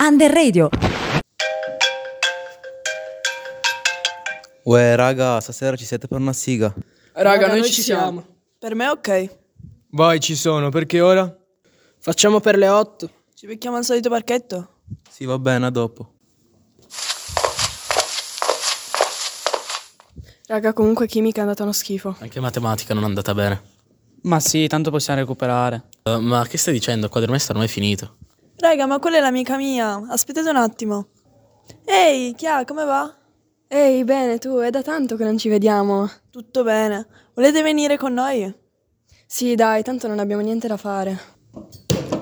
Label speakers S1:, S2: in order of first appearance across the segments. S1: Under Radio.
S2: Uè, raga, stasera ci siete per una siga?
S3: Raga, noi, ci siamo.
S4: Per me è ok.
S5: Vai, ci sono, perché ora?
S3: Facciamo per le 8.
S4: Ci becchiamo al solito parchetto?
S2: Sì, va bene, a dopo.
S6: Raga, comunque chimica è andata uno schifo.
S7: Anche matematica non è andata bene.
S8: Ma sì, tanto possiamo recuperare.
S7: Eh, ma che stai dicendo? Il quadrimestre ormai è finito.
S4: Raga, ma quella è l'amica mia. Aspettate un attimo. Ehi, Chia, come va?
S6: Ehi, bene, tu, è da tanto che non ci vediamo.
S4: Tutto bene. Volete venire con noi?
S6: Sì, dai, tanto non abbiamo niente da fare.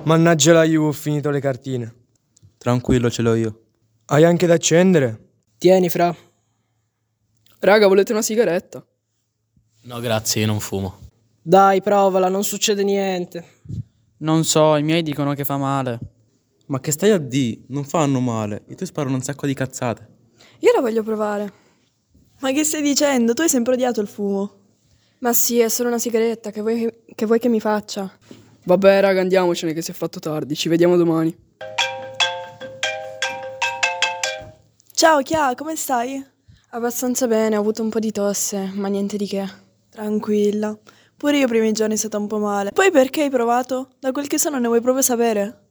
S5: Mannaggia la Juve, ho finito le cartine.
S2: Tranquillo, ce l'ho io.
S5: Hai anche da accendere?
S3: Tieni, fra. Raga, volete una sigaretta?
S7: No, grazie, io non fumo.
S3: Dai, provala, non succede niente.
S8: Non so, i miei dicono che fa male.
S2: Ma che stai a D? Non fanno male. E tu sparano un sacco di cazzate.
S6: Io la voglio provare.
S4: Ma che stai dicendo? Tu hai sempre odiato il fumo.
S6: Ma sì, è solo una sigaretta, che vuoi che, che vuoi che mi faccia?
S3: Vabbè, raga, andiamocene che si è fatto tardi. Ci vediamo domani.
S4: Ciao, Chia, come stai?
S6: Abbastanza bene, ho avuto un po' di tosse, ma niente di che.
S4: Tranquilla. Pure io i primi giorni è stata un po' male. Poi perché hai provato? Da quel che so non ne vuoi proprio sapere.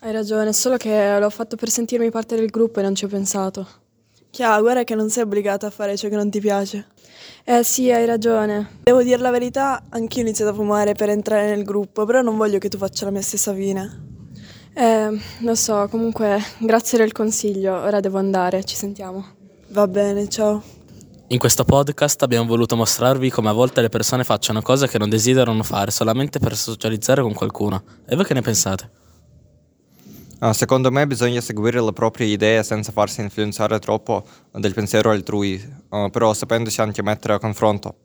S6: Hai ragione, solo che l'ho fatto per sentirmi parte del gruppo e non ci ho pensato.
S4: Chia, guarda che non sei obbligata a fare ciò che non ti piace.
S6: Eh sì, hai ragione.
S4: Devo dire la verità, anch'io ho iniziato a fumare per entrare nel gruppo, però non voglio che tu faccia la mia stessa fine.
S6: Eh, lo so, comunque, grazie del consiglio. Ora devo andare, ci sentiamo.
S4: Va bene, ciao.
S7: In questo podcast abbiamo voluto mostrarvi come a volte le persone facciano cose che non desiderano fare solamente per socializzare con qualcuno. E voi che ne pensate?
S9: Ah, Secondo me bisogna seguire le proprie idee senza farsi influenzare troppo del pensiero altrui, eh, però sapendosi anche mettere a confronto.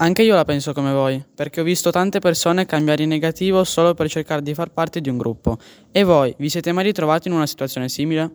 S8: Anche io la penso come voi, perché ho visto tante persone cambiare in negativo solo per cercare di far parte di un gruppo. E voi, vi siete mai ritrovati in una situazione simile?